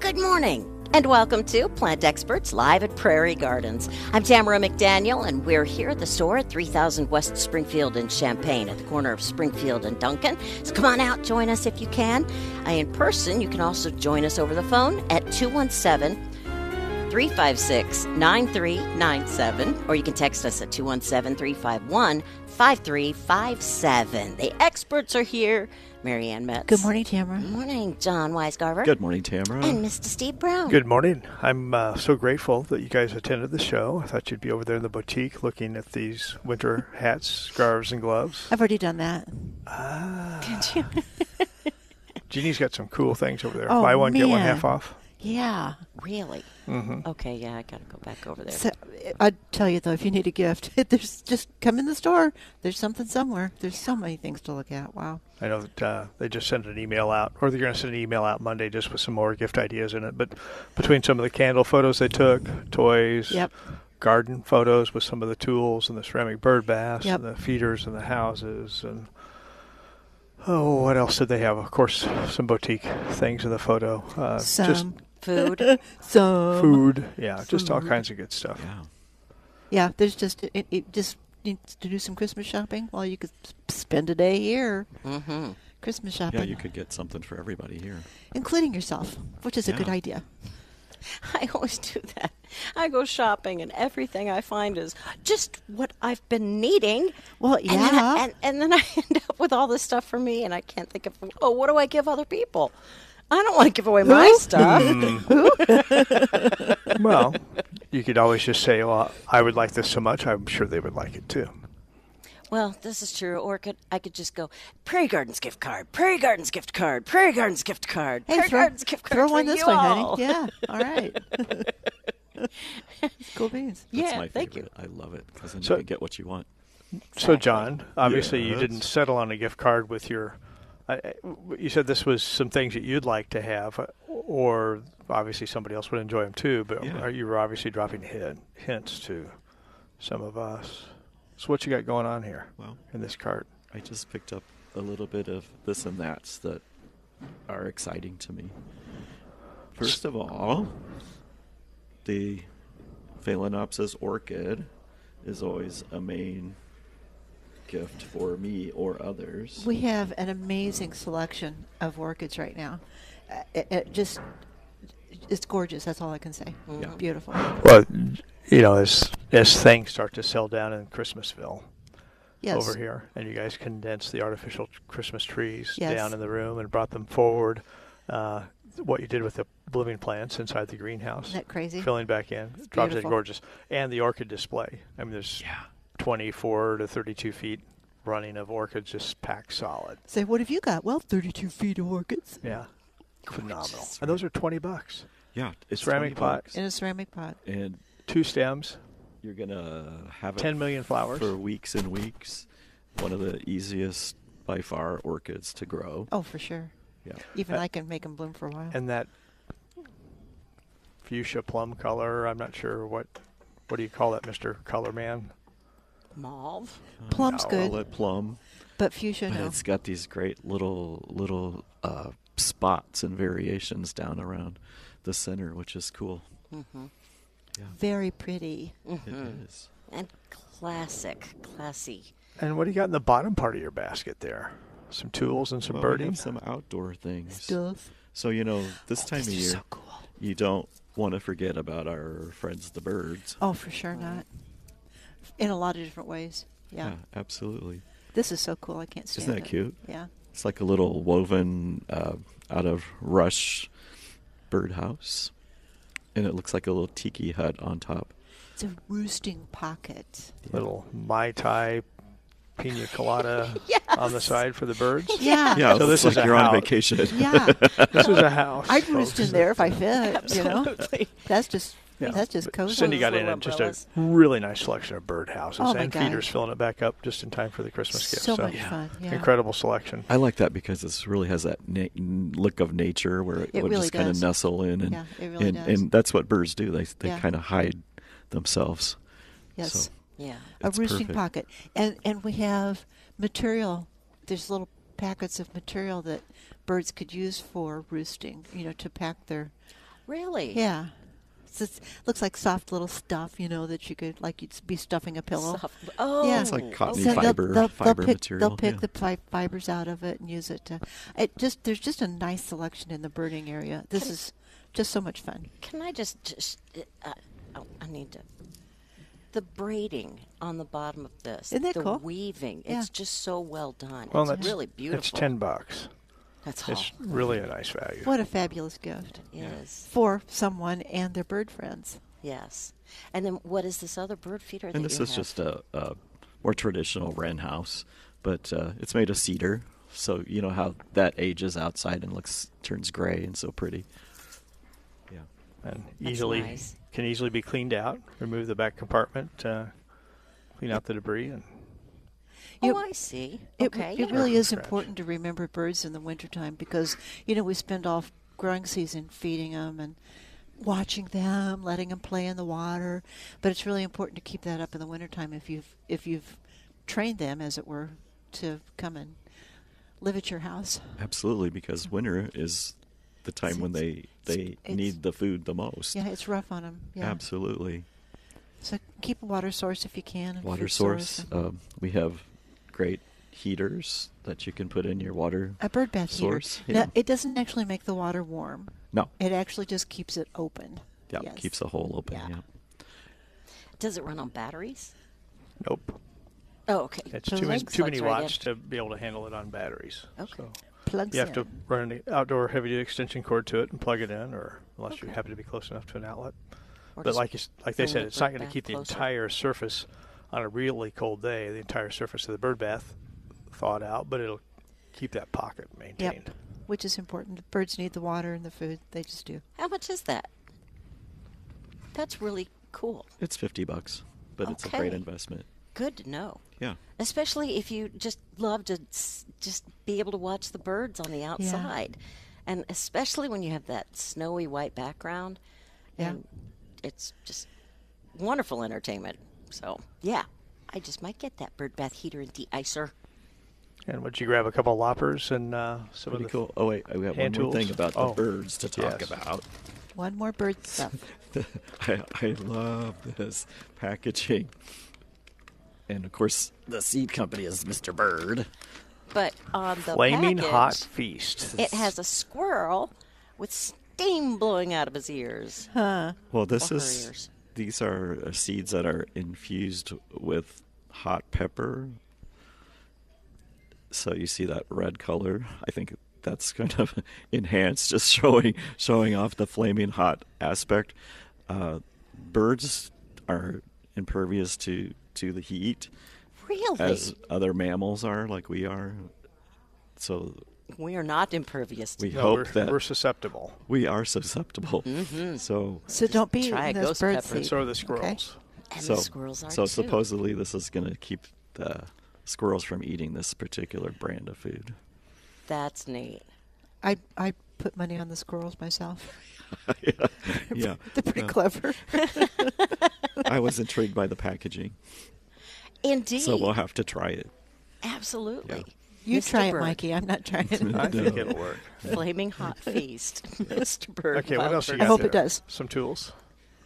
Good morning, and welcome to Plant Experts Live at Prairie Gardens. I'm Tamara McDaniel, and we're here at the store at 3000 West Springfield in Champaign at the corner of Springfield and Duncan. So come on out, join us if you can. Uh, In person, you can also join us over the phone at 217 356 9397, or you can text us at 217 351 5357. The experts are here. Marianne Metz. Good morning, Tamara. Good morning, John Weisgarber. Good morning, Tamara. Mm-hmm. And Mr. Steve Brown. Good morning. I'm uh, so grateful that you guys attended the show. I thought you'd be over there in the boutique looking at these winter hats, scarves, and gloves. I've already done that. Did you? Jeannie's got some cool things over there. Oh, Buy one, get one man. half off. Yeah. Really? Okay, yeah, I gotta go back over there. Mm-hmm. So, I'd tell you though, if you need a gift, there's just come in the store. There's something somewhere. There's so many things to look at. Wow. I know that uh, they just sent an email out, or they're going to send an email out Monday just with some more gift ideas in it. But between some of the candle photos they took, toys, Yep. garden photos with some of the tools and the ceramic bird baths Yep. and the feeders and the houses and oh, what else did they have? Of course, some boutique things in the photo. Uh, just Some. Food. Some. food. Yeah, just all kinds of good stuff. yeah. Yeah. There's just it, it just needs to do some Christmas shopping. Well, you could s- spend a day here. Mm-hmm. hmm Christmas shopping, Yeah, you could get something for everybody here. including yourself, which is a good Yeah. idea. I always do that. I go shopping, and everything I find is just what I've been needing. Well, And then, I, yeah. and, and then I end up with all this stuff for me, and I can't think of, oh, what do I give other people? I don't want to give away my Who? Mm-hmm. stuff. Well, you could always just say, "Well, I would like this so much. I'm sure they would like it too." well, this is true. Or could, I could just go, Prairie Gardens gift card, Prairie Gardens gift card, Prairie Gardens gift card, Hey, Prairie throw, Gardens gift card throw for one this you way, all." honey. Yeah. All right. cool beans. That's Yeah, my thank you. favorite. I love it because then So- you can get what you want. So, John, obviously, you Yes. didn't settle on a gift card with your. I- I- You said this was some things that you'd like to have, or obviously somebody else would enjoy them too. But Yeah. are- you were obviously dropping hint, hints to some of us. So, what you got going on here Well- in this cart? I just picked up a little bit of this and that's that are exciting to me. First of all, the Phalaenopsis orchid is always a main gift for me or others. We have an amazing selection of orchids right now. Uh, It, it just, it's gorgeous. That's all I can say. Yeah. Beautiful. Well, you know, as as things start to sell down in Christmasville, Yes. over here, and you guys condensed the artificial t- Christmas trees Yes. down in the room and brought them forward. Uh, what you did with the blooming plants inside the greenhouse, Isn't that crazy? Filling back in, dropped it beautiful. gorgeous, and the orchid display. I mean, there's 24 to 32 feet running of orchids, just packed solid. Say, what have you got? Well, 32 feet of orchids Yeah, phenomenal. And those are 20 bucks. Yeah, it's Ceramic 20 pot. bucks. in a ceramic pot. and Two stems. you're gonna have it 10 million flowers. for weeks and weeks. One of the easiest by far orchids to grow. Oh, for sure. Yeah. Even Uh, I can make them bloom for a while. and that fuchsia plum color. I'm not sure what what do you call that, Mister Color Man. Mauve. Plum's no, good, Call it plum, but fuchsia but no. it's got these great little little uh, spots and variations down around the center, which is cool. Mm-hmm. Very pretty. It Mm-hmm. is. And classic, classy. And what do you got in the bottom part of your basket there? Some tools and some Well, we have birding. some uh, outdoor things. Stuff. So you know, this time of These are year, Oh, so cool. you don't want to forget about our friends, the birds. Oh, for sure not. In a lot of different ways. Yeah. absolutely. This is so cool. I can't stand Isn't that it. cute? Yeah. It's like a little woven uh, out of rush birdhouse, and it looks like a little tiki hut on top. It's a roosting pocket. Little Mai Tai pina colada on the side for the birds. Yeah. Yeah, So so this this is like a you're on house. vacation. Yeah. This is a house. I'd roost folks. in there if I fit. You know, Absolutely. that's just Yeah. that's just But cozy. Cindy got Those in little and just a umbrellas. really nice selection of bird houses Oh, my and gosh. feeders filling it back up just in time for the Christmas gift. so much fun. Yeah. Incredible selection. I like that because it really has that na- look of nature where it, It would really just kind of does. nestle in, and Yeah, it really and, does. and that's what birds do. They they Yeah. kind of hide themselves. Yes. So Yeah. a it's roosting perfect. pocket, and and we have material. There's little packets of material that birds could use for roosting. You know, to pack their Really? Yeah. It's just, looks like soft little stuff, you know, that you could like you'd be stuffing a pillow. Soft- Oh, Yeah. It's like cotton okay. they'll- Uh, fiber, they'll, fiber they'll pick, material. They'll pick yeah. the fi- fibers out of it and use it to. It just there's just a nice selection in the birding area. This is just so much fun. Can I just, just uh, I, I need to. The braiding on the bottom of this, Isn't that the cool? weaving, Yeah. it's just so well done. Well, it's that's really beautiful. It's ten bucks. That's all. It's really a nice value. What a fabulous gift Yes, for someone and their bird friends. yes. And then what is this other bird feeder? that And this you is have? just a, a more traditional wren house, but uh, it's made of cedar, so you know how that ages outside and looks turns gray and so pretty. Yeah, and That's easily nice. can easily be cleaned out. Remove the back compartment, uh, clean out the debris, and You- oh, I see. It, okay. it yeah. really From is scratch. important to remember birds in the wintertime because, you know, we spend all growing season feeding them and watching them, letting them play in the water. But it's really important to keep that up in the wintertime if you've, if you've trained them, as it were, to come and live at your house. absolutely, because winter is the time when they It's- they it's- need the food the most. Yeah, it's rough on them. Yeah. Absolutely. So keep a water source if you can. and Water food source. and- Um, we have great heaters that you can put in your water. a bird bath source. heater. Yeah. Now, it doesn't actually make the water warm. No. It actually just keeps it open. Yeah, Yes. keeps the hole open. Yeah. yeah. Does it run on batteries? nope. Oh, okay. It's So too many, legs too many slides right in. watts to be able to handle it on batteries. Okay. So Plugs you have in. to run an outdoor heavy duty extension cord to it and plug it in, or unless you happen to be close enough to an outlet. Or but just like you, s- like they bring said, the it's not bird going to bath keep the closer. entire surface on a really cold day, the entire surface of the bird bath thawed out, but it'll keep that pocket maintained. Yep. Which is important. The birds need the water and the food. They just do. How much is that? That's really cool. It's fifty bucks, but it's a great Okay. investment. Good to know. Yeah. Especially if you just love to s- just be able to watch the birds on the outside. And especially when you have that snowy white background. Yeah. And it's just wonderful entertainment. So, yeah, I just might get that bird bath heater and de-icer. And would you grab a couple of loppers and uh, some Pretty of the cool. Oh wait, we have one hand more thing tools. about the Oh, birds to talk yes. about. One more bird stuff. I, I love this packaging, and of course the seed company is Mr. Bird. But on the flaming package, hot feast? it has a squirrel with steam blowing out of his ears. Well, this Or her is ears. these are uh, seeds that are infused with hot pepper. So you see that red color. I think that's kind of enhanced, just showing showing off the flaming hot aspect. Uh, birds are impervious to to the heat Really? as other mammals are, like we are. So we are not impervious to we No, hope we're, that we're susceptible. we are susceptible. So Mm-hmm. So don't be try eating a those ghost bird pepper. seed. And So are the Okay? squirrels. And so, the squirrels are so too. supposedly this is going to keep the squirrels from eating this particular brand of food. That's neat. I I put money on the squirrels myself. yeah, yeah. They're pretty Uh, clever. I was intrigued by the packaging, Indeed. so we'll have to try it. Absolutely. you Mr. try it, Bird. Mikey. I'm not trying it. I think it'll work. Flaming hot feast, Mr. Bird. Okay, what Wild else you Bird. got? hope it there? does. Some tools.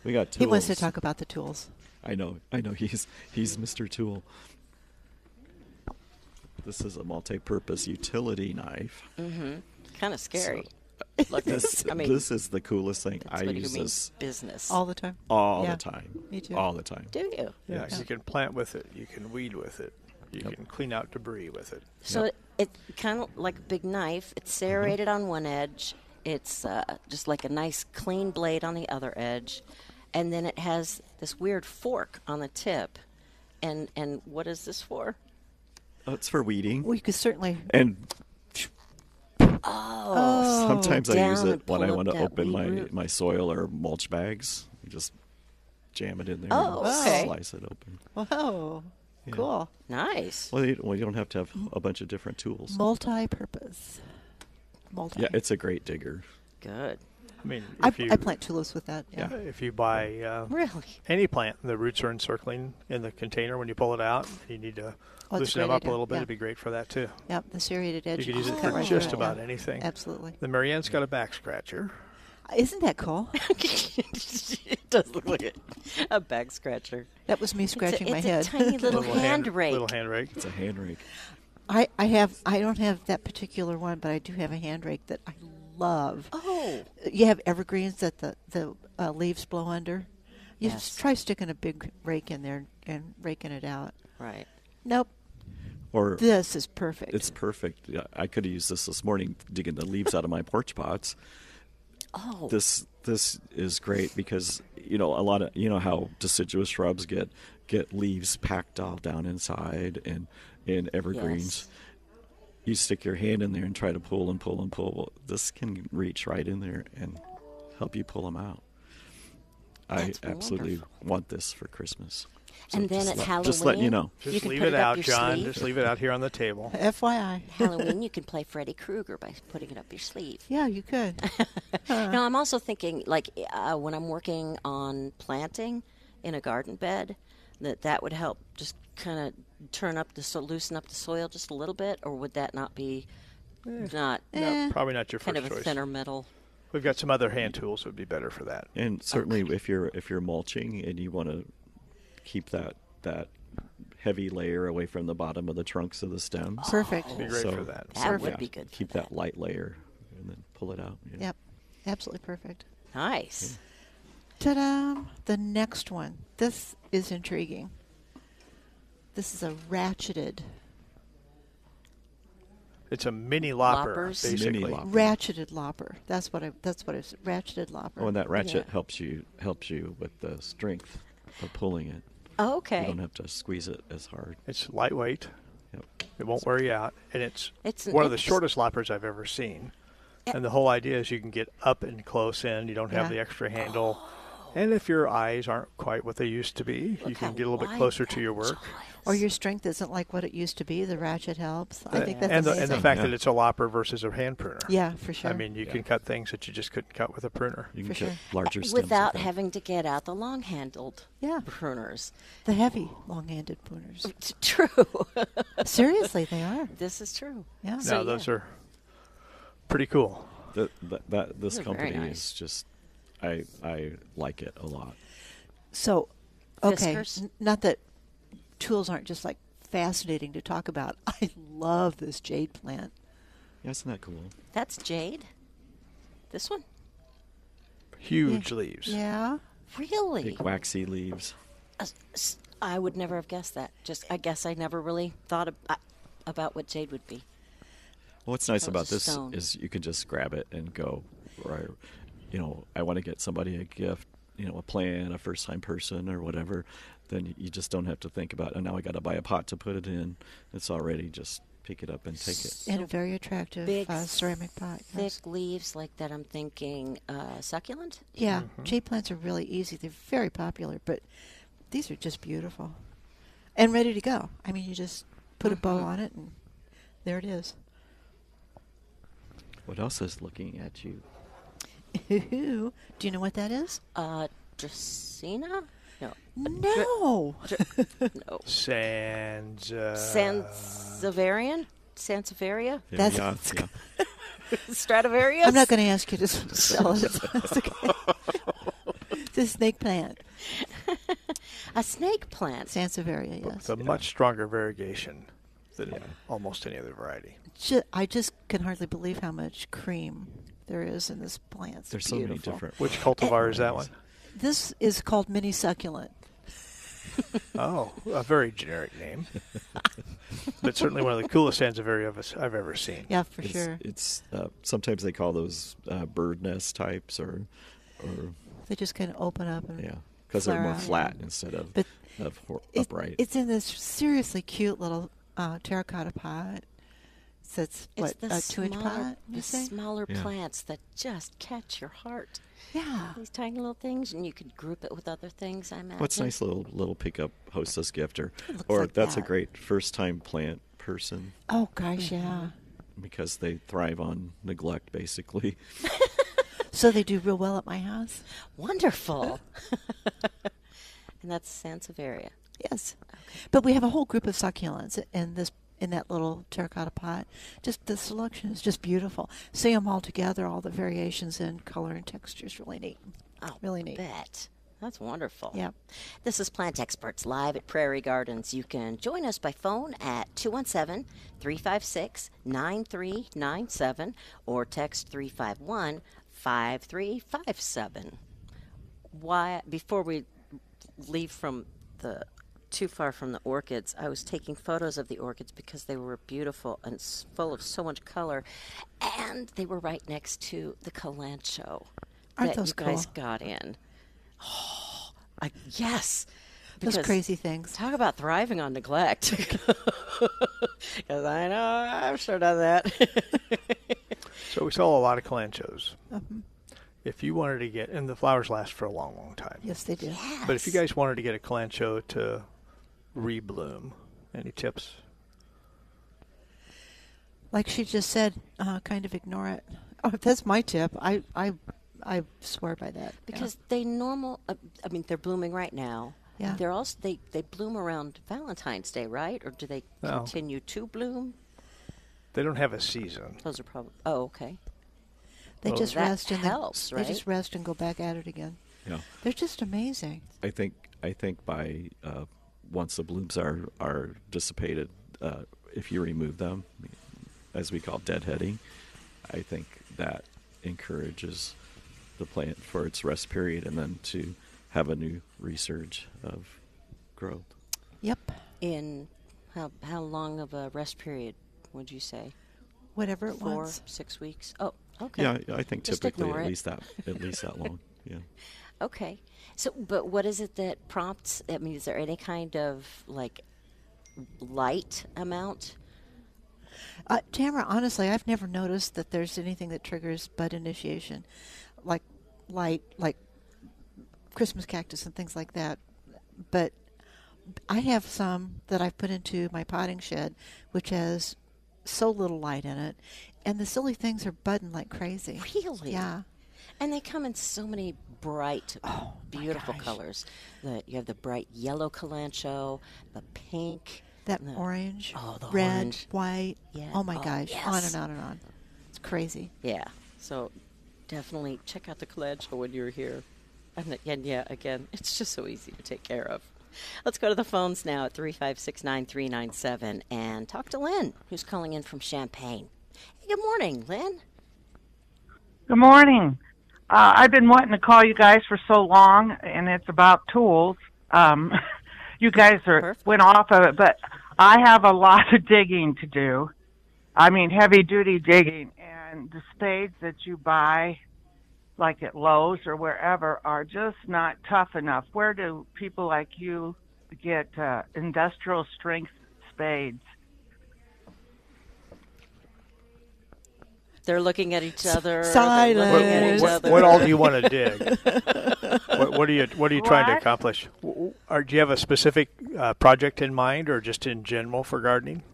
We got tools. he wants to talk about the tools. I know, I know. He's he's Mr. Tool. This is a multi-purpose utility knife. Mm-hmm. Kind of Mm-hmm. scary. Look, uh, This, I mean, this is the coolest thing. that's I what he use means this business. All the time. all Yeah. the time. me too. All the time. Do you? Yeah, Yes. you can plant with it. You can weed with it. You Yep. can clean out debris with it. So it, it kind of like a big knife. It's Mm-hmm. serrated on one edge. It's uh, just like a nice clean blade on the other edge, and then it has this weird fork on the tip. And and what is this for? Oh, it's for weeding. Well, you could certainly. and Oh, Sometimes I down use and it when pull I up want to that open weed my, root. my soil or mulch bags. You just jam it in there Oh, and okay. slice it open. Whoa. Cool. Nice. Well you, well, you don't have to have a bunch of different tools. Multi purpose. Multi. Yeah, it's a great digger. Good. I mean, I, if you I plant tulips with that. Yeah. if you buy uh, Really. any plant, the roots are encircling in the container when you pull it out. You need to a loosen them great up idea. a little bit. Yeah. It'd be great for that too. Yep. The serrated edge. You could use can it cut for right just through it, about yeah. anything. Absolutely. Uh, The Marianne's got a back scratcher. Isn't that cool? it does look like a- a back scratcher. That was me It's a- scratching my it's head. a tiny little, hand, rake. Little hand rake. It's a hand rake. I, I have I don't have that particular one, but I do have a hand rake that I love. Uh, Oh, You have evergreens that the the uh, leaves blow under. You Yes. try sticking a big rake in there and raking it out. right. Nope, Or this is perfect. it's perfect. Yeah, I could have used this this morning digging the leaves out of my porch pots. Oh, This this is great because you know a lot of you know how deciduous shrubs get get leaves packed all down inside and in Yes. evergreens. You stick your hand in there and try to pull and pull and pull. Well, this can reach right in there and help you pull them out. That's I absolutely wonderful. want this for Christmas. So and then just at let- Halloween, just letting you know. Just can leave put it, out, up your John. sleeve. Just leave it out here on the table. FYI. Oh, Halloween, you can play Freddy Krueger by putting it up your sleeve. yeah, you could. No, I'm also thinking like uh, when I'm working on planting in a garden bed, that that would help just kind of turn up the so- loosen up the soil just a little bit, or would that not be Eh. not No, probably not your kind first of a choice. thinner metal? We've got some other hand tools that would be better for that. And certainly, if you're if you're mulching and you want to keep that that heavy layer away from the bottom of the trunks of the Oh. stems, Perfect. Be great for that. That would be good. for Keep that light layer and then pull it out. yeah. Yep, absolutely perfect. Nice. Ta-da! The next one. This is intriguing. This is a ratcheted, It's a mini lopper, Loppers. Mini basically. lopper. ratcheted lopper. That's what I. That's what it's. Ratcheted lopper. Oh, and that ratchet Yeah. helps you helps you with the strength of pulling it. Oh, You okay. don't have to squeeze it as hard. It's lightweight. Yep. It won't wear you out, and it's, It's an one of the interest- shortest loppers I've ever seen. And the whole idea is you can get up and close in. You don't have Yeah. the extra handle, and if your eyes aren't quite what they used to be, you Look can how get a little bit wide closer that to your work. jaw Or is. your strength isn't like what it used to be. The ratchet helps. I think that's and the, amazing. and the fact that Yeah. it's a lopper versus a hand pruner. yeah, for sure. I mean, you can cut things that you just couldn't cut with a pruner. You can For cut sure. larger stems with without that. having to get out the long-handled Yeah. pruners. the heavy long-handed pruners. It's true. Seriously, they are. this is true. Yeah. So, no, those yeah. are pretty cool. Th- th- that Those this are very company nice. is just, I I like it a lot. So, okay, Fiskars? n- not that tools aren't just like fascinating to talk about. I love this jade plant. Yeah, isn't that cool? That's jade. This one, Huge leaves. Yeah. really? Big waxy leaves. S- s- I would never have guessed that. Just I guess I never really thought ab- uh, about what jade would be. Well, what's nice That about was a this stone. is you can just grab it and go, or, you know, I want to get somebody a gift, you know, a plan, a first time person or whatever. Then you just don't have to think about, oh, now I got to buy a pot to put it in. It's already just pick it up and take it. And a very attractive big, uh, ceramic pot. Thick yes. leaves like that. I'm thinking uh, succulent. Yeah, Mm-hmm. jade plants are really easy. They're very popular, but these are just beautiful and ready to go. I mean, you just put a Mm-hmm. bow on it, and there it is. What else is looking at you? Do you know what that is? Uh, Dracaena? No, No. no. Sans. Uh, Sansevieria. Sansevieria. That's- yeah, yeah. Stradivarius. I'm not going to ask you to s- spell it. It's okay. It's a snake plant. a snake plant. Sansevieria, yes. It's a much stronger variegation than almost any other variety. Ju- I just can hardly believe how much cream there is in this plant. It's There's so many beautiful. different. Which cultivar is that one? This is called mini succulent. Oh, a very generic name, but certainly one of the coolest Sansevieria of us I've ever seen. Yeah, for It's, sure. it's uh, sometimes they call those uh, bird nest types or, or They just kind of open up and yeah, because they're more Flare out. flat instead of But of hor- It- upright. It's in this seriously cute little uh, terracotta pot. So it's, It's what the a two-inch smaller, pot. You the say? smaller Yeah. plants that just catch your heart. yeah. Ah. These tiny little things, and you could group it with other things. I imagine. What's nice little little pickup hostess gift or It looks or like that's that. a great first time plant person Oh gosh, Mm-hmm. yeah. because they thrive on neglect basically. So they do real well at my house. Wonderful. and that's Sansevieria. Yes, but we have a whole group of succulents, and this in that little terracotta pot. Just the selection is just beautiful. See them all together, all the variations in color and texture is really neat. Oh, really neat. Bet. That's wonderful. Yep. This is Plant Experts live at Prairie Gardens. You can join us by phone at 217 356 9397 or text 351 5357. Why, before we leave from the too far from the orchids, I was taking photos of the orchids because they were beautiful and s- full of so much color, and they were right next to the calancho Aren't that those you guys cool? got in. I, yes. Those because- crazy things. Talk about thriving on neglect. Because I know I've sure done that. So we sell a lot of calanchos. Mm-hmm. If you wanted to get, and the flowers last for a long, long time. Yes, they do. But if you guys wanted to get a calancho to rebloom, any tips? Like she just said, uh, kind of ignore it. Oh, that's my tip. I I I swear by that. Yeah. because they normal, uh, I mean, they're blooming right now. Yeah. They're also they, they bloom around Valentine's Day, right? Or do they Oh. No. continue to bloom? They don't have a season. Those are probably. Oh, okay. they Oh. just That rest and helps, they, right? they just rest and go back at it again. Yeah. They're just amazing. I think I think by uh, once the blooms are are dissipated, uh, if you remove them, as we call deadheading, I think that encourages the plant for its rest period and then to have a new resurge of growth. Yep. In how how long of a rest period would you say? Whatever it Four, wants. six weeks. Oh, okay. Yeah, I I think Just typically ignore at it. least that at least that long. Yeah. Okay. So, but what is it that prompts? I mean, is there any kind of like light amount? Uh, Tamara, honestly, I've never noticed that there's anything that triggers bud initiation, like light, like Christmas cactus and things like that. But I have some that I've put into my potting shed, which has so little light in it, and the silly things are budding like crazy. Really? Yeah. And they come in so many bright, beautiful Oh, gosh. colors. The, you have the bright yellow calancho, the pink. That and the- orange, Oh, the red, orange. white. Yeah. Oh my Oh, gosh! On yes. and on and on. It's crazy. Yeah. So definitely check out the calancho when you're here. And, the- and yeah, again, it's just so easy to take care of. Let's go to the phones now at 356 9397 and talk to Lynn, who's calling in from Champagne. Hey, good morning, Lynn. Good morning. Uh, I've been wanting to call you guys for so long, and it's about tools. Um, you guys are Perfect. went off of it, but I have a lot of digging to do. I mean, heavy duty digging, and the spades that you buy, like at Lowe's or wherever, are just not tough enough. Where do people like you get uh, industrial strength spades? They're looking at each other. they're silence. looking at What, each what, other. what all do you want to dig? what, what are you What are you trying to What? accomplish? W- w- Are, do you have a specific uh, project in mind, or just in general for gardening?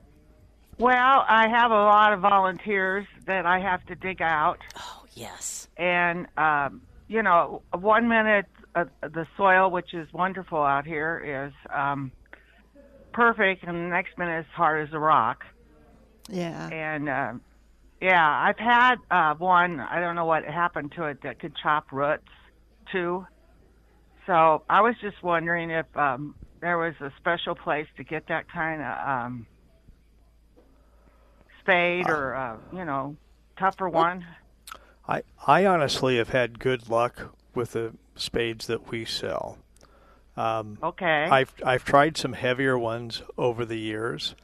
Well, I have a lot of volunteers that I have to dig out. Oh, yes. and um, you know, one minute uh, the soil, which is wonderful out here, is um, perfect, and the next minute it's hard as a rock. Yeah. And uh, yeah, I've had uh, one. I don't know what happened to it that could chop roots too. So I was just wondering if um, there was a special place to get that kind of um, spade or uh, you know tougher one. I, I honestly have had good luck with the spades that we sell. Okay. I've I've tried some heavier ones over the years,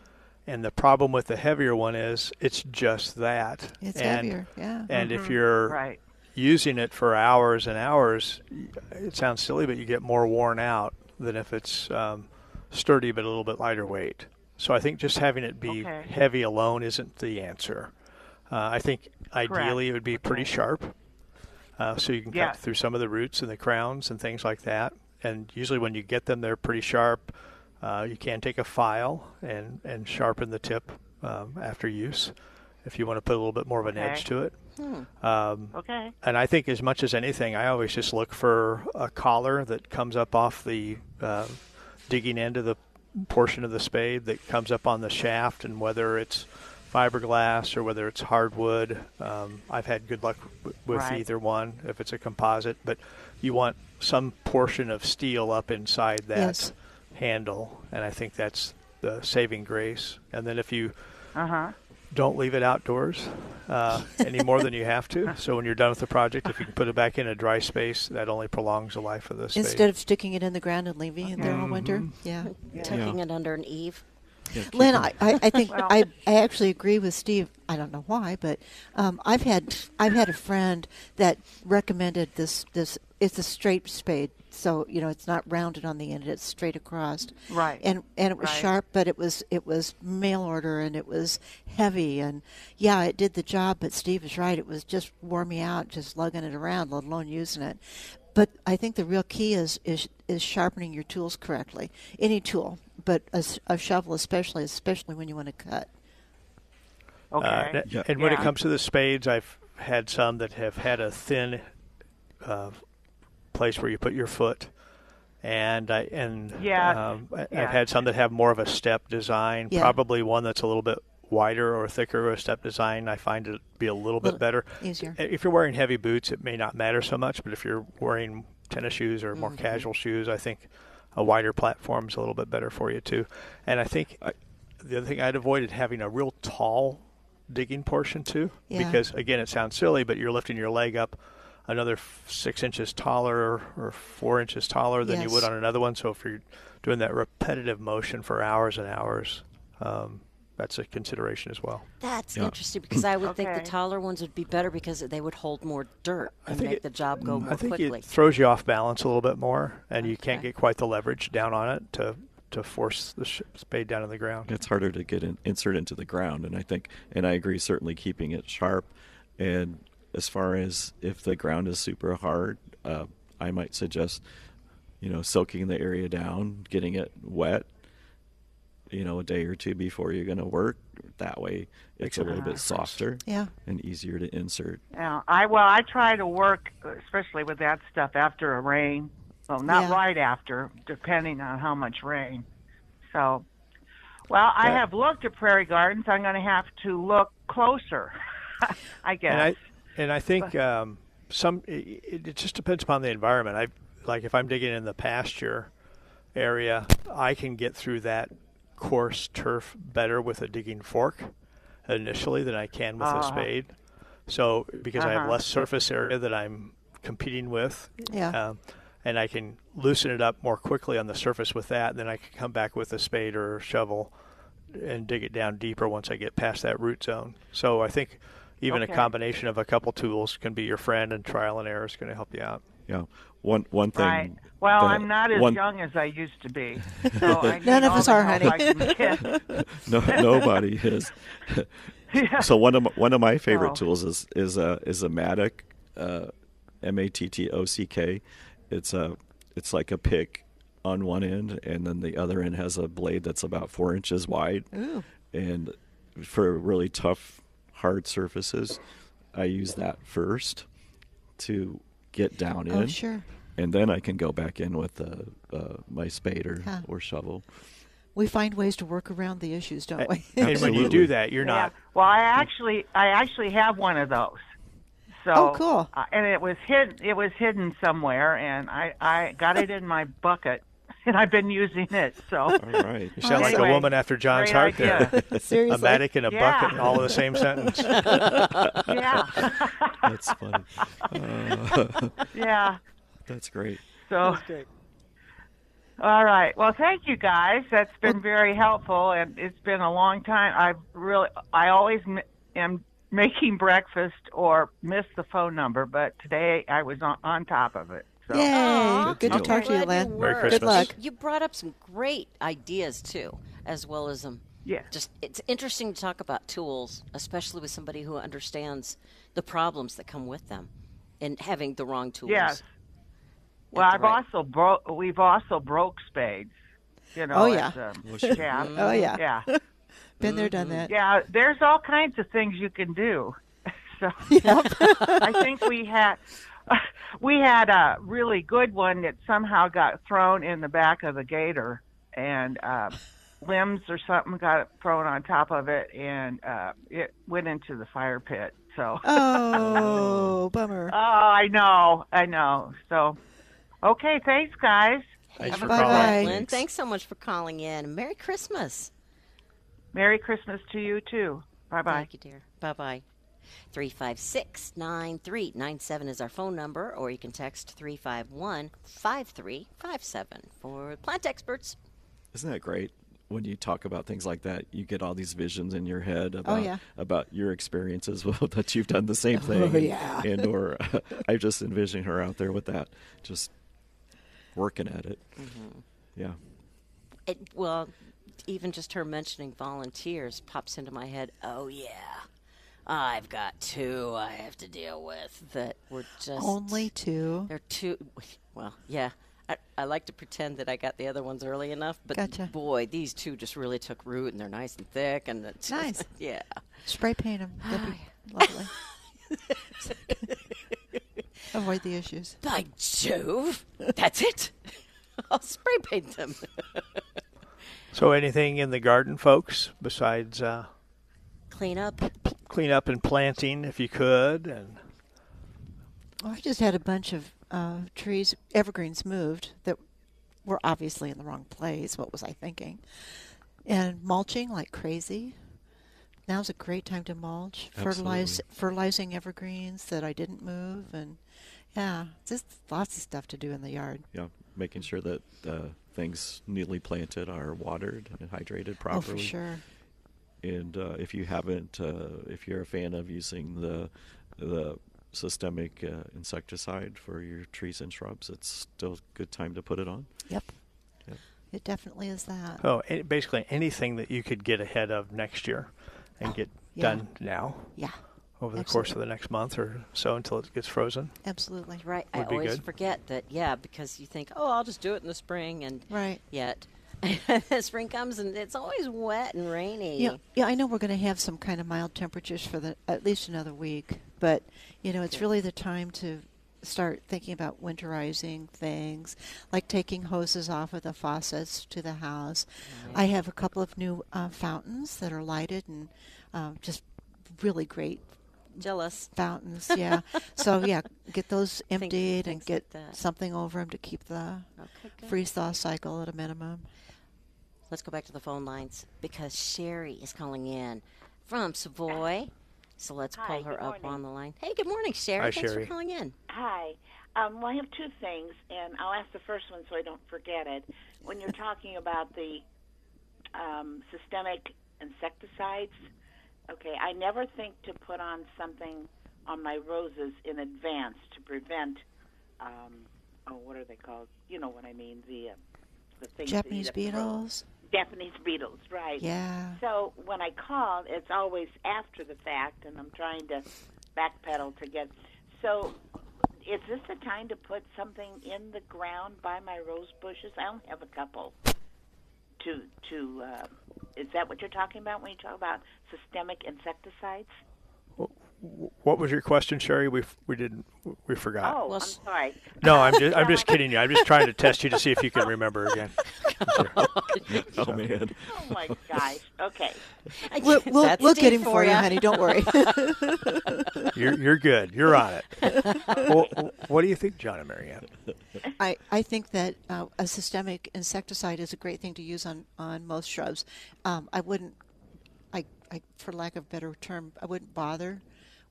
and the problem with the heavier one is it's just that. It's and, heavier, yeah. And if you're right. using it for hours and hours, it sounds silly, but you get more worn out than if it's um, sturdy but a little bit lighter weight. So I think just having it be Okay. heavy alone isn't the answer. Uh, I think ideally it would be pretty sharp, uh, so you can Yeah. cut through some of the roots and the crowns and things like that. And usually when you get them, they're pretty sharp. Uh, you can take a file and and sharpen the tip um, after use if you want to put a little bit more of an Okay. edge to it. Um, Okay. And I think as much as anything, I always just look for a collar that comes up off the uh, um, digging end of the portion of the spade that comes up on the shaft, and whether it's fiberglass or whether it's hardwood, um, I've had good luck w- with Right. either one. If it's a composite, but you want some portion of steel up inside that Yes. handle, and I think that's the saving grace. And then if you Uh huh. don't leave it outdoors uh, any more than you have to. So when you're done with the project, if you can put it back in a dry space, that only prolongs the life of the space. Instead of sticking it in the ground and leaving it there all winter. Yeah. Tucking it under an eave. Yeah, keep Lynn, them- I, I, I think Well- I, I actually agree with Steve. I don't know why, but um, I've had I've had a friend that recommended this this it's a straight spade, so you know it's not rounded on the end; it's straight across. Right. And and it was Right. sharp, but it was it was mail order and it was heavy, and yeah, it did the job. But Steve is right; it was just wore me out just lugging it around, let alone using it. But I think the real key is is is sharpening your tools correctly. Any tool, but a, s- a shovel especially, especially when you want to cut. Okay. Uh, n- Yeah. And when it Yeah. comes to the spades, I've had some that have had a thin uh, place where you put your foot, and I and Yeah. um, I- Yeah. I've had some that have more of a step design. Yeah. Probably one that's a little bit wider or thicker of a step design. I find it be a little bit Little better. Eh, easier. If you're wearing heavy boots, it may not matter so much, but if you're wearing tennis shoes or Mm-hmm. more casual shoes, I think a wider platform's a little bit better for you too. And I think I- the other thing I'd avoided having a real tall digging portion too, Yeah. because again, it sounds silly, but you're lifting your leg up another f- six inches taller or four inches taller than you would Yes. on another one. So if you're doing that repetitive motion for hours and hours, um, that's a consideration as well. That's Yeah. interesting because I would think Okay. the taller ones would be better because they would hold more dirt and make it- mm, the job go more I think quickly. it throws you off balance a little bit more, and you can't Okay. get quite the leverage down on it to to force the sh- spade down in the ground. it's harder to get an insert into the ground and i think and i agree certainly keeping it sharp and as far as if the ground is super hard uh, i might suggest you know soaking the area down getting it wet you know a day or two before you're going to work that way it's Makes a a little big bit softer Yeah. and easier to insert Yeah, I well, I try to work, especially with that stuff after a rain. Well, not Yeah. right after, depending on how much rain. So, well, I That- have looked at Prairie Gardens. I'm going to have to look closer, I And guess. I and I think um, some it, it just depends upon the environment. I like if I'm digging in the pasture area, I can get through that coarse turf better with a digging fork initially than I can with a Uh-huh. spade. So because I have Uh-huh. less surface area that I'm competing with, Yeah. um, and I can loosen it up more quickly on the surface with that. Then I can come back with a spade or shovel and dig it down deeper once I get past that root zone. So I think even Okay. a combination of a couple tools can be your friend, and trial and error is going to help you out. yeah one one thing right. Well, that- I'm not as one- young as I used to be. So I need None of all us the are, help honey. I can get. no, nobody is. so one of my, one of my favorite Oh. tools is is a is a mattock, uh, M A T T O C K. It's a it's like a pick on one end, and then the other end has a blade that's about four inches wide, Ooh. and for really tough, hard surfaces, I use that first to get down in Oh, sure. and then i can go back in with uh, uh, my spade or, Huh. or shovel We find ways to work around the issues, don't we? And when you Absolutely. do that, you're Yeah. not Well, I actually, I actually have one of those. So, Oh, cool. Uh, and it was hidden. It was hidden somewhere, and I, I got it in my bucket, and I've been using it. So, all right you sound like Anyway, a woman after John's great heart idea. there. Seriously. A mattock and a Yeah. bucket, all in the same sentence. yeah, that's funny yeah. that's great So, all right. Well, thank you guys. That's been very helpful, and it's been a long time. I really, I always m- am making breakfast or miss the phone number, but today I was on, on top of it. So. Yay. Aw, Good to deal. talk to you, Glad Lynn. Merry were. Christmas. Good luck. You brought up some great ideas too, as well as um, Yeah. Just it's interesting to talk about tools, especially with somebody who understands the problems that come with them, and having the wrong tools. Yes. Well, That's I've right. also broke. We've also broke spades. You know. Oh, yeah. as a- sure. yeah. Oh, yeah. Yeah. Been there, done that. Yeah. There's all kinds of things you can do. So I think we had we had a really good one that somehow got thrown in the back of the gator, and uh, limbs or something got thrown on top of it, and uh, it went into the fire pit. So, oh, Oh, bummer. I know, I know. So, okay, thanks, guys. Thanks Have a for good call. one, Bye-bye. Lynn. Thanks so much for calling in. Merry Christmas. Merry Christmas to you too. Bye bye. Thank you, dear. Bye bye. 356 9397 is our phone number, or you can text 351 5357 for plant experts. Isn't that great? When you talk about things like that, you get all these visions in your head about Oh, yeah. Oh, about your experiences with- that you've done the same thing. yeah. And or I just envision her out there with that, just working at it. Mm-hmm. Yeah. It, well, even just her mentioning volunteers pops into my head. Oh, yeah. I've got two I have to deal with that were just. Only two. They're two. Well, yeah. I, I like to pretend that I got the other ones early enough, but Gotcha. boy, these two just really took root, and they're nice and thick, and it's Nice. yeah. Spray paint them. That'd be lovely. Avoid the issues. By Jove, that's it. I'll spray paint them. So, anything in the garden, folks, besides uh, Clean up. clean up and planting, if you could, and Well, I just had a bunch of uh, trees, evergreens moved that were obviously in the wrong place. What was I thinking? And mulching like crazy. Now's a great time to mulch. Fertilize, fertilizing evergreens that I didn't move, and yeah, just lots of stuff to do in the yard. Yeah. Making sure that uh, things newly planted are watered and hydrated properly. Oh, for sure. and uh, if you haven't, uh, if you're a fan of using the the systemic uh, insecticide for your trees and shrubs, it's still a good time to put it on. Yep. Yep. It definitely is that. oh, a- basically anything that you could get ahead of next year and get yeah. done now Yeah, over the course of Absolutely. the next month or so until it gets frozen. absolutely. Right. I Would be always good. forget that. Yeah, because you think, oh, I'll just do it in the spring, and Right. yet spring comes and it's always wet and rainy. Yeah, yeah, I know we're going to have some kind of mild temperatures for the at least another week, but you know, it's really the time to start thinking about winterizing things, like taking hoses off of the faucets to the house. I have a couple of new uh, fountains that are lighted and um, just really great Jealous. fountains. Yeah, so yeah, get those emptied and things get like that. something over them to keep the Okay, good. freeze thaw cycle at a minimum. Let's go back to the phone lines because Sherry is calling in from Savoy. So let's Hi, pull her good up morning. on the line. Hey, good morning, Sherry. Hi, Thanks Sherry. for calling in. Hi. Um, well, I have two things, and I'll ask the first one so I don't forget it. When you're talking about the um, systemic insecticides, okay, I never think to put on something on my roses in advance to prevent, um, oh, what are they called? You know what I mean, the, uh, the things that eat Japanese up the rose. beetles. Japanese beetles, right. Yeah. So when I call, it's always after the fact, and I'm trying to backpedal to get. So is this the time to put something in the ground by my rose bushes? I only have a couple. To to uh, is that what you're talking about when you talk about systemic insecticides? Uh, What was your question, Sherry? We f- we didn't we forgot. Oh, well, I'm s- sorry. No, I'm just I'm just kidding you. I'm just trying to test you to see if you can remember again. Oh man, Oh my gosh. Okay. We'll, we'll, That's we'll Steve get him for you, ya. honey. Don't worry. You're you're good. You're on it. well, what do you think, John and Marianne? I, I think that uh, a systemic insecticide is a great thing to use on, on most shrubs. Um, I wouldn't, I, I, for lack of a better term, I wouldn't bother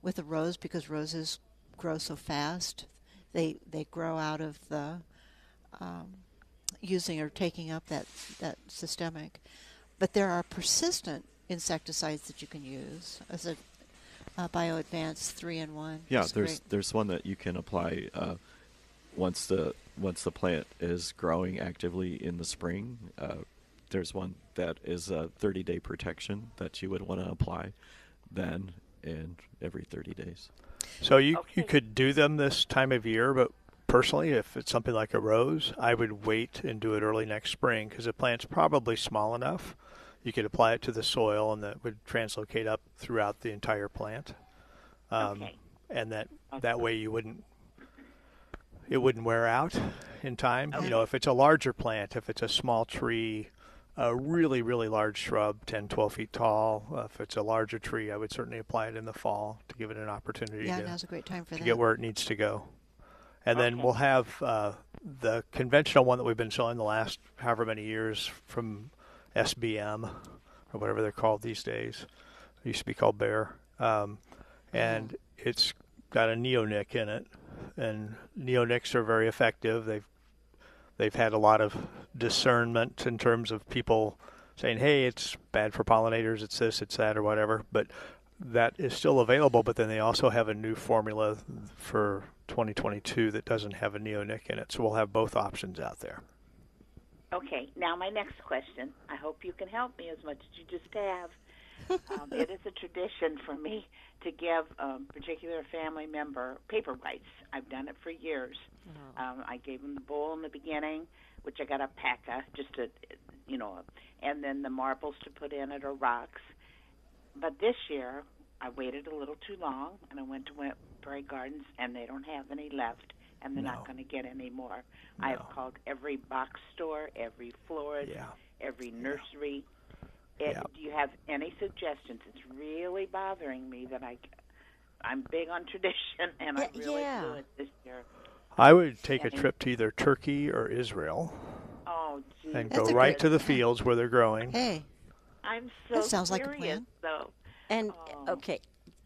with a rose because roses grow so fast. They they grow out of the um, using or taking up that that systemic. But there are persistent insecticides that you can use as a uh, BioAdvance three in one. yeah. It's There's great. there's one that you can apply uh, once the once the plant is growing actively in the spring. Uh, there's one that is a 30 day protection that you would want to apply then and every 30 days. So you you could do them this time of year, but personally, if it's something like a rose, I would wait and do it early next spring because the plant's probably small enough. You could apply it to the soil, and that would translocate up throughout the entire plant. Um, Okay. And that that way you wouldn't it wouldn't wear out in time. You know, if it's a larger plant, if it's a small tree, a really, really large shrub, 10, 12 feet tall. Uh, if it's a larger tree, I would certainly apply it in the fall to give it an opportunity Yeah, to, now's a great time for to that. get where it needs to go. And then we'll have uh, the conventional one that we've been selling the last however many years from SBM or whatever they're called these days. It used to be called Bear. Um, Mm-hmm. and it's got a neonic in it. And neonics are very effective. They've they've had a lot of discernment in terms of people saying, "Hey, it's bad for pollinators. It's this, it's that, or whatever." But that is still available. But then they also have a new formula for 2022 that doesn't have a neonic in it. So we'll have both options out there. Okay, now my next question. I hope you can help me as much as you just have. Um, it is a tradition for me to give a particular family member paper rights. I've done it for years. Um, I gave them the bowl in the beginning, which I got a paca, just to, you know, and then the marbles to put in it or rocks. But this year, I waited a little too long, and I went to Prairie Gardens, and they don't have any left, and they're not going to get any more. I have called every box store, every florist, Yeah. every nursery. It, Yeah. Do you have any suggestions? It's really bothering me that I, I'm big on tradition, and I Yeah, really yeah. do it this year. I would take a Okay. trip to either Turkey or Israel Oh, geez. and That's go a right good- to the fields where they're growing. Hey, I'm so That sounds like a curious, plan. though. And Oh. okay,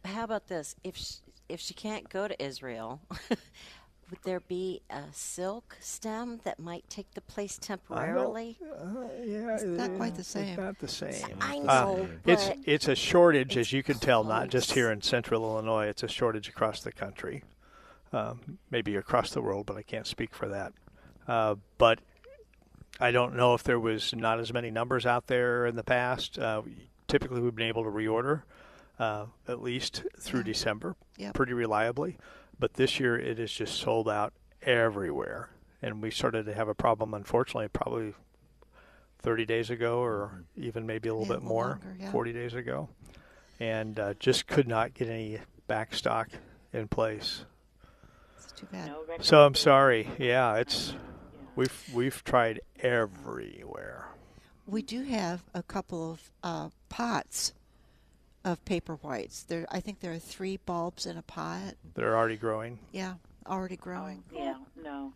how about this? If she, if she can't go to Israel, would there be a silk stem that might take the place temporarily? Uh, yeah, it's not quite the it's same. Not the same. I Uh, know, but It's it's a shortage, it's as you can tell, not just close. here in Central Illinois. It's a shortage across the country, um, maybe across the world, but I can't speak for that. Uh, but I don't know if there was not as many numbers out there in the past. Uh, typically, we've been able to reorder uh, at least through December, Yep. pretty reliably. But this year, it is just sold out everywhere, and we started to have a problem. Unfortunately, probably 30 days ago, or even maybe a little Mm-hmm. Yeah, a little bit more, longer, yeah. 40 days ago, and uh, just could not get any back stock in place. it's too bad. No So I'm recommendation. sorry. Yeah, it's we've we've tried everywhere. We do have a couple of uh, pots of paper whites. There, I think there are three bulbs in a pot. They're already growing. Yeah, already growing. Yeah, no,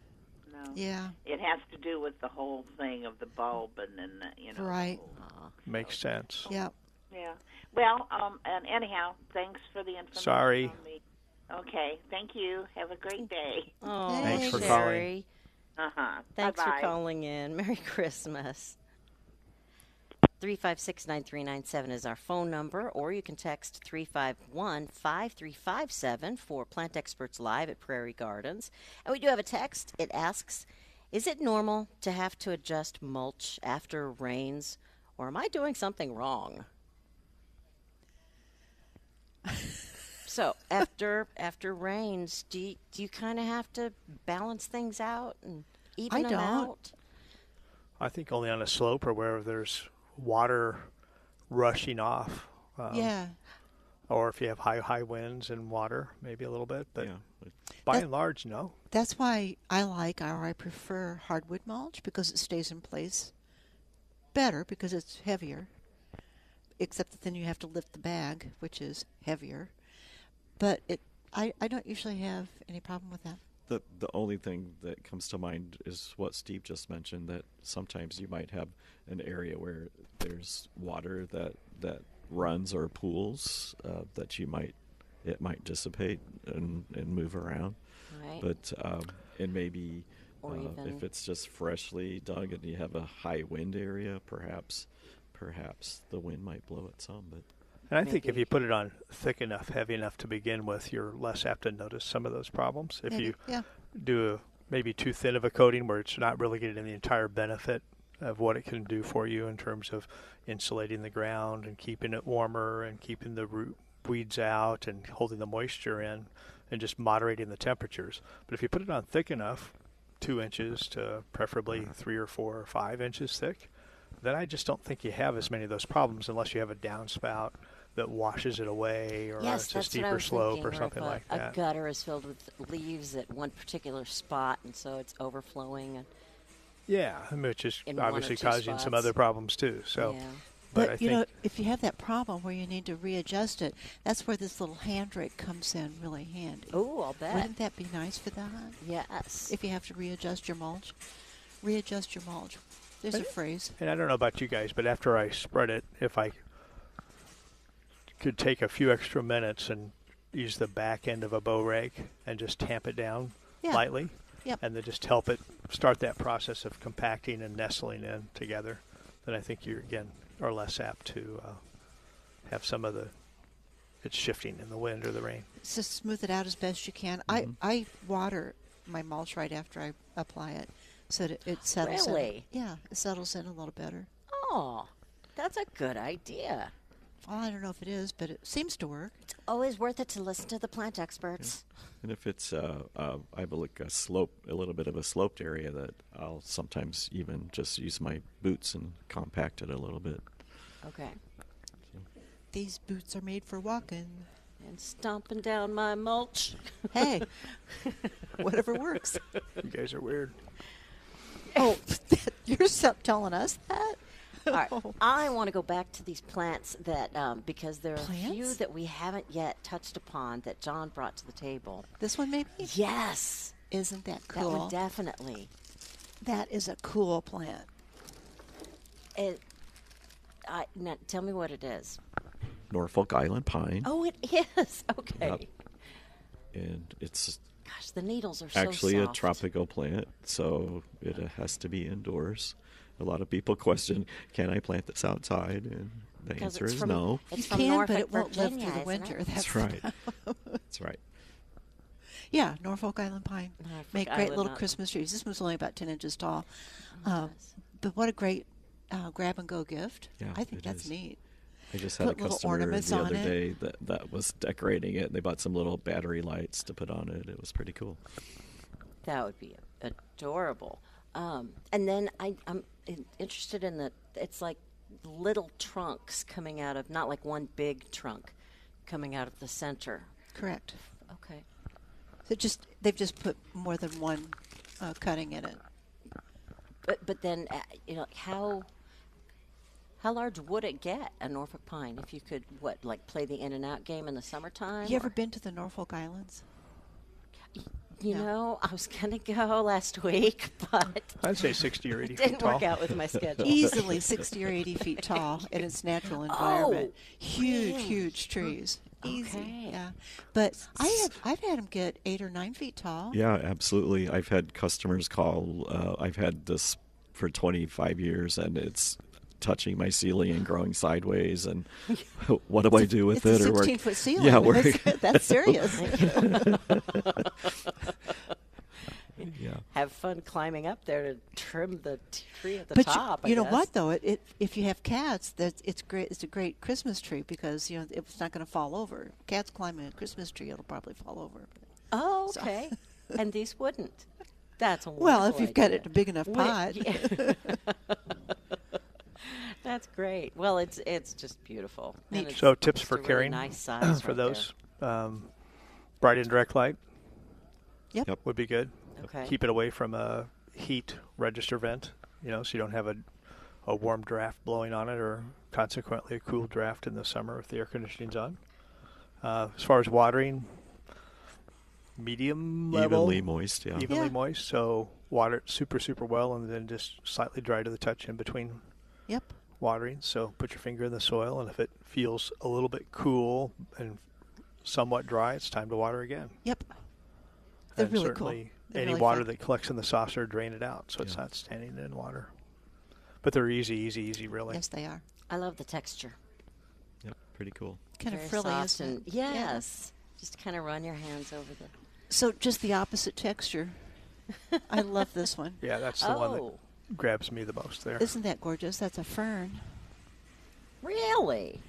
no. Yeah, It has to do with the whole thing of the bulb and then, the, you know. the Right. whole- Makes sense. yeah. Yeah. Well, um, and anyhow, thanks for the information. Sorry. on the- Okay, thank you. Have a great day. oh, Thanks for calling. Sherry. Uh-huh. Thanks for Bye-bye. calling in. Merry Christmas. 356 9397 is our phone number, or you can text 351 5357 for Plant Experts Live at Prairie Gardens. And we do have a text. It asks Is it normal to have to adjust mulch after rains, or am I doing something wrong? So after after rains, do you, do you kind of have to balance things out and even them don't. out? I think only on a slope or wherever there's water rushing off, um, yeah. or if you have high high winds and water, maybe a little bit. But Yeah. by and large, no. That's why I like or I prefer hardwood mulch because it stays in place better because it's heavier. Except that then you have to lift the bag, which is heavier. But it I, I don't usually have any problem with that. The the only thing that comes to mind is what Steve just mentioned that sometimes you might have an area where there's water that that runs or pools uh, that you might it might dissipate and and move around. Right. But um, and maybe Or uh, even- if it's just freshly dug and you have a high wind area, perhaps perhaps the wind might blow it some. But And I think if you put it on thick enough, heavy enough to begin with, you're less apt to notice some of those problems. If Maybe. you yeah. do a, maybe too thin of a coating where it's not really getting the entire benefit of what it can do for you in terms of insulating the ground and keeping it warmer and keeping the root weeds out and holding the moisture in and just moderating the temperatures. But if you put it on thick enough, two inches to preferably three or four or five inches thick, then I just don't think you have as many of those problems unless you have a downspout that washes it away or yes, it's that's a what I steeper was slope thinking, or if something a, like A that. gutter is filled with leaves at one particular spot, and so it's overflowing. And Yeah, which is In one or obviously two causing some spots. other problems too. So, Yeah. but, But, I you think know, if you have that problem where you need to readjust it, that's where this little hand rake comes in really handy. Oh, I'll bet. Wouldn't that be nice for that? Yes. If you have to readjust your mulch, readjust your mulch. There's a phrase. And I don't know about you guys, but after I spread it, if I could take a few extra minutes and use the back end of a bow rake and just tamp it down Yeah. lightly, Yep. and then just help it start that process of compacting and nestling in together, then I think you again are less apt to uh, have some of the it's shifting in the wind or the rain. So smooth it out as best you can. I, I water my mulch right after I apply it so that it settles in. Really? Yeah, it settles in a little better. Oh, that's a good idea. Well, I don't know if it is, but it seems to work. It's always worth it to listen to the plant experts. And if it's, uh, uh, I believe, a slope, a little bit of a sloped area that I'll sometimes even just use my boots and compact it a little bit. Okay. These boots are made for walking. And stomping down my mulch. Hey, whatever works. You guys are weird. Oh, you're stop telling us that? Oh, All right. I want to go back to these plants that, um, because there are a few Plants? that we haven't yet touched upon that John brought to the table. This one maybe? Yes. Isn't that That cool? one definitely. that is a cool plant. It, I, now, tell me what it is. Norfolk Island pine, Oh, it is. Okay. Yep. and it's Gosh, the needles are actually so a soft. tropical plant, so it uh, has to be indoors. A lot of people question, can I plant this outside? And the Because answer it's is from- no. It's you from can, Norfolk, but it won't Virginia, live through the isn't it? winter. That's That's right. That's right. Yeah, Norfolk Island pine Norfolk make great Island Oh, little nut. Christmas trees. This one's only about ten inches tall, um, but what a great uh, grab and go gift! Yeah, I think it that's is. neat. I just had Put a little customer ornaments the on other it. day that, that was decorating it, and they bought some little battery lights to put on it. It was pretty cool. That would be adorable. Um, and then I, I'm in- interested in the. It's like little trunks coming out of, not like one big trunk coming out of the center. Correct. Okay. So just they've just put more than one uh, cutting in it. But but then uh, you know how how large would it get a Norfolk pine if you could what like play the in and out game in the summertime? You ever or- been to the Norfolk Islands? You No. know, I was gonna go last week, but I'd say 60 or 80 feet didn't work tall. out with my schedule. Easily sixty or eighty feet tall in its Oh, natural environment. huge, huge trees. Easy. Okay. Yeah. But I had, I've had them get eight or nine feet tall. Yeah, absolutely. I've had customers call. Uh, I've had this for 25 years, and it's touching my ceiling and growing sideways. And what do I do with It's it? a or we're- sixteen foot ceiling. Yeah, we're, that's, that's serious. yeah. Have fun climbing up there to trim the t- tree at the but top. you, I you know guess. what though? It, it if you have cats, that's it's great. It's a great Christmas tree because you know it's not going to fall over. Cats climbing a Christmas tree, it'll probably fall over. Oh, okay. and these wouldn't. That's a Well, if wonderful you've got idea. it in a big enough Would- pot. yeah. That's great. Well, it's it's just beautiful. And it's So tips just for a really caring nice size for right there. those. Um, bright indirect light Yep. Yep. would be good. Okay. Keep it away from a heat register vent, you know, so you don't have a, a warm draft blowing on it or consequently a cool draft in the summer if the air conditioning's on. Uh, as far as watering, medium level. Evenly moist. Yeah. Evenly Yeah. moist, so water it super, super well and then just slightly dry to the touch in between Yep. watering. So put your finger in the soil, and if it feels a little bit cool and somewhat dry, it's time to water again. Yep. They're and really cool. certainly They're any really water fun. that collects in the saucer, drain it out, so it's Yeah. not standing in water. But they're easy, easy, easy, really. Yes, they are. I love the texture. Yep. Pretty cool. Kind Very of frilly, soft isn't and- it? Yeah. Yes. Just kind of run your hands over the. So just the opposite texture. I love this one. Yeah, that's the one Oh. that grabs me the most there. Isn't that gorgeous? That's a fern. Really,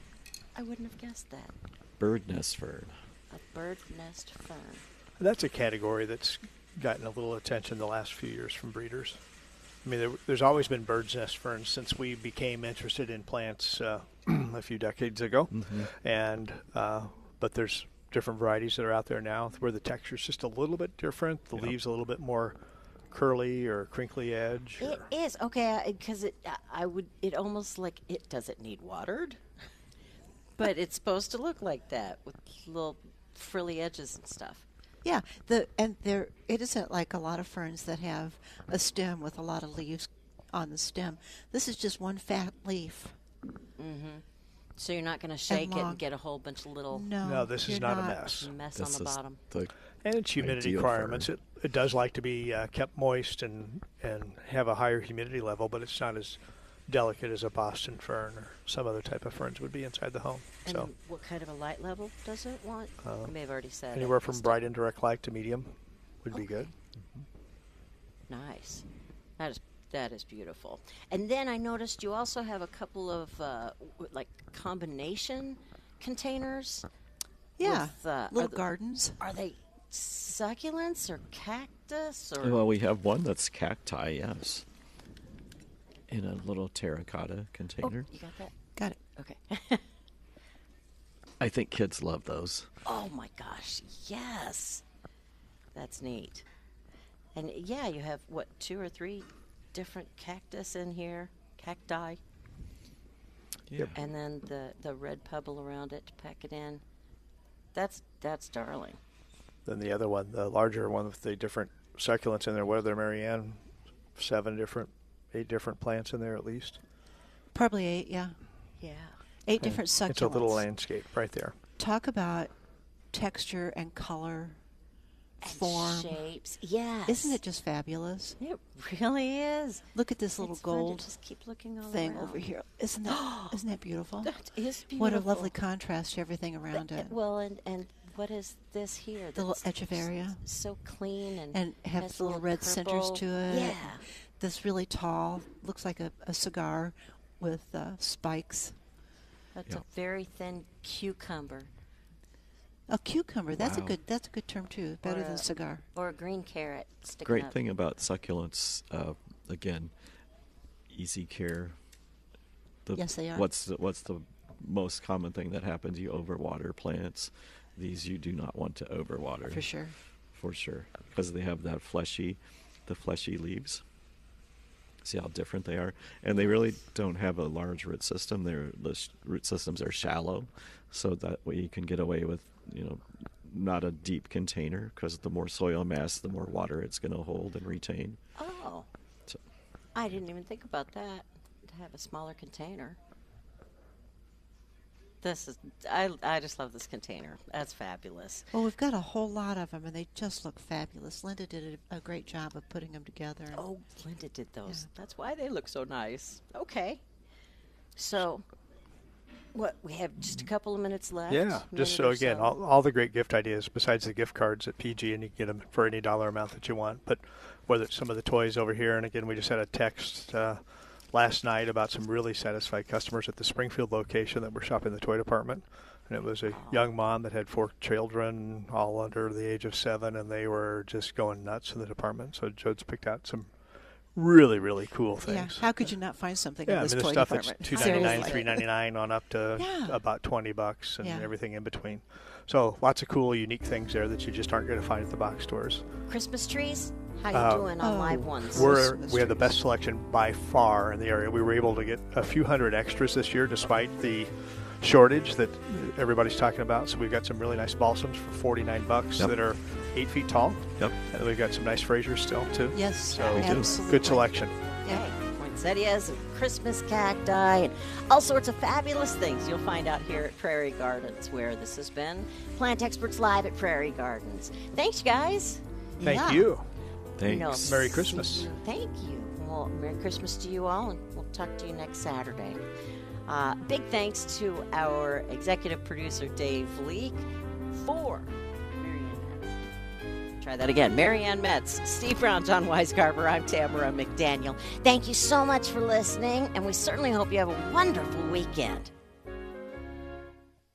I wouldn't have guessed that. Bird nest fern. A bird nest fern. That's a category that's gotten a little attention the last few years from breeders. I mean, there, there's always been bird's nest ferns since we became interested in plants uh, a few decades ago, and uh, but there's different varieties that are out there now where the texture's just a little bit different. The leaves a little bit more curly or crinkly edge. It or- is okay because it. I- I would. It almost like it doesn't need watered, but it's supposed to look like that with little frilly edges and stuff. Yeah, the and there it isn't like a lot of ferns that have a stem with a lot of leaves on the stem. This is just one fat leaf. So you're not going to shake it long. and get a whole bunch of little No, no, this you're is not, a mess. mess This on the is bottom. the And its humidity Ideal for- requirements. It, it does like to be uh, kept moist and, and have a higher humidity level, but it's not as delicate as a Boston fern or some other type of ferns would be inside the home. And so Uh, what kind of a light level does it want? you may have already said it. anywhere from bright indirect light to medium would be good. Nice. That is that is beautiful. And then I noticed you also have a couple of uh, w- like combination containers. Yeah, with, uh, are little the- gardens. Are they succulents or cactus or well, we have one that's cacti, yes, in a little terracotta Oh. container. you got that? Got it. Okay. I think kids love those. oh my gosh. Yes. That's neat. And yeah, you have what two or three different cactus in here, cacti, Yeah, and then the the red pebble around it to pack it in. That's that's darling. Then the other one, the larger one with the different succulents in there, what are there, Marianne? Seven different, eight different plants in there at least. Probably eight. Yeah, Yeah. eight different succulents. It's a little landscape right there. Talk about texture and color, form. shapes. Yes. Isn't it just fabulous? It really is. Look at this little It's fun to gold just keep looking all thing around. over here. Isn't that isn't that beautiful? That is beautiful. What a lovely contrast to everything around Uh, it. Well, and and what is this here? The little that's edge of area. s- So clean and and have has little red centers purple- to it. Yeah. This really tall looks like a, a cigar with uh, spikes. That's Yeah. a very thin cucumber A cucumber. That's a Wow. good. That's a good term too. Better Or than a- cigar. or a green carrot sticking great up. thing about succulents, uh, again, easy care. The, Yes, they are. What's the, what's the most common thing that happens? You overwater plants. These you do not want to overwater For sure. for sure, because they have that fleshy, the fleshy leaves. See how different they are, and they really don't have a large root system. Their the sh- root systems are shallow, so that way you can get away with you know not a deep container because the more soil mass, the more water it's going to hold and retain. Oh, So, I didn't even think about that. To have a smaller container. This is I I just love this container. That's fabulous. Well, we've got a whole lot of them, and they just look fabulous. Linda did a, a great job of putting them together. and- Oh, Linda did those. That's why they look so nice. Okay. So, what we have just a couple of minutes left. Yeah, minute just so or again, All, all the great gift ideas besides the gift cards at PG, and you can get them for any dollar amount that you want. But whether it's some of the toys over here, and again, we just had a text uh, last night about some really satisfied customers at the Springfield location that were shopping the toy department, and it was a young mom that had four children, all under the age of seven, and they were just going nuts in the department. So Jode's picked out some really, really cool yeah. things. How could you not find something Yeah, in I this mean, the toy stuff department? that's two ninety nine, Seriously. three ninety nine, on up to Yeah. about twenty bucks, and Yeah. everything in between. So lots of cool, unique things there that you just aren't going to find at the box stores. Christmas trees. How you Uh, doing on Oh, live ones? we're- We're we have the best selection by far in the area. We were able to get a few hundred extras this year, despite the shortage that everybody's talking about. So we've got some really nice balsams for forty nine bucks Yep. that are eight feet tall, yep. and we've got some nice Frasers still too. Yes, So we do. absolutely. good selection. Okay. Poinsettias and Christmas cacti and all sorts of fabulous things you'll find out here at Prairie Gardens, where this has been Plant Experts Live at Prairie Gardens. Thanks, you guys. Thank Yeah. you. Thanks. No. Merry Christmas. Thank you. Well, Merry Christmas to you all, and we'll talk to you next Saturday. Uh, big thanks to our executive producer, Dave Leake, for Marianne Metz. Try that again. Marianne Metz, Steve Brown, John Weisgarber. I'm Tamara McDaniel. Thank you so much for listening, and we certainly hope you have a wonderful weekend.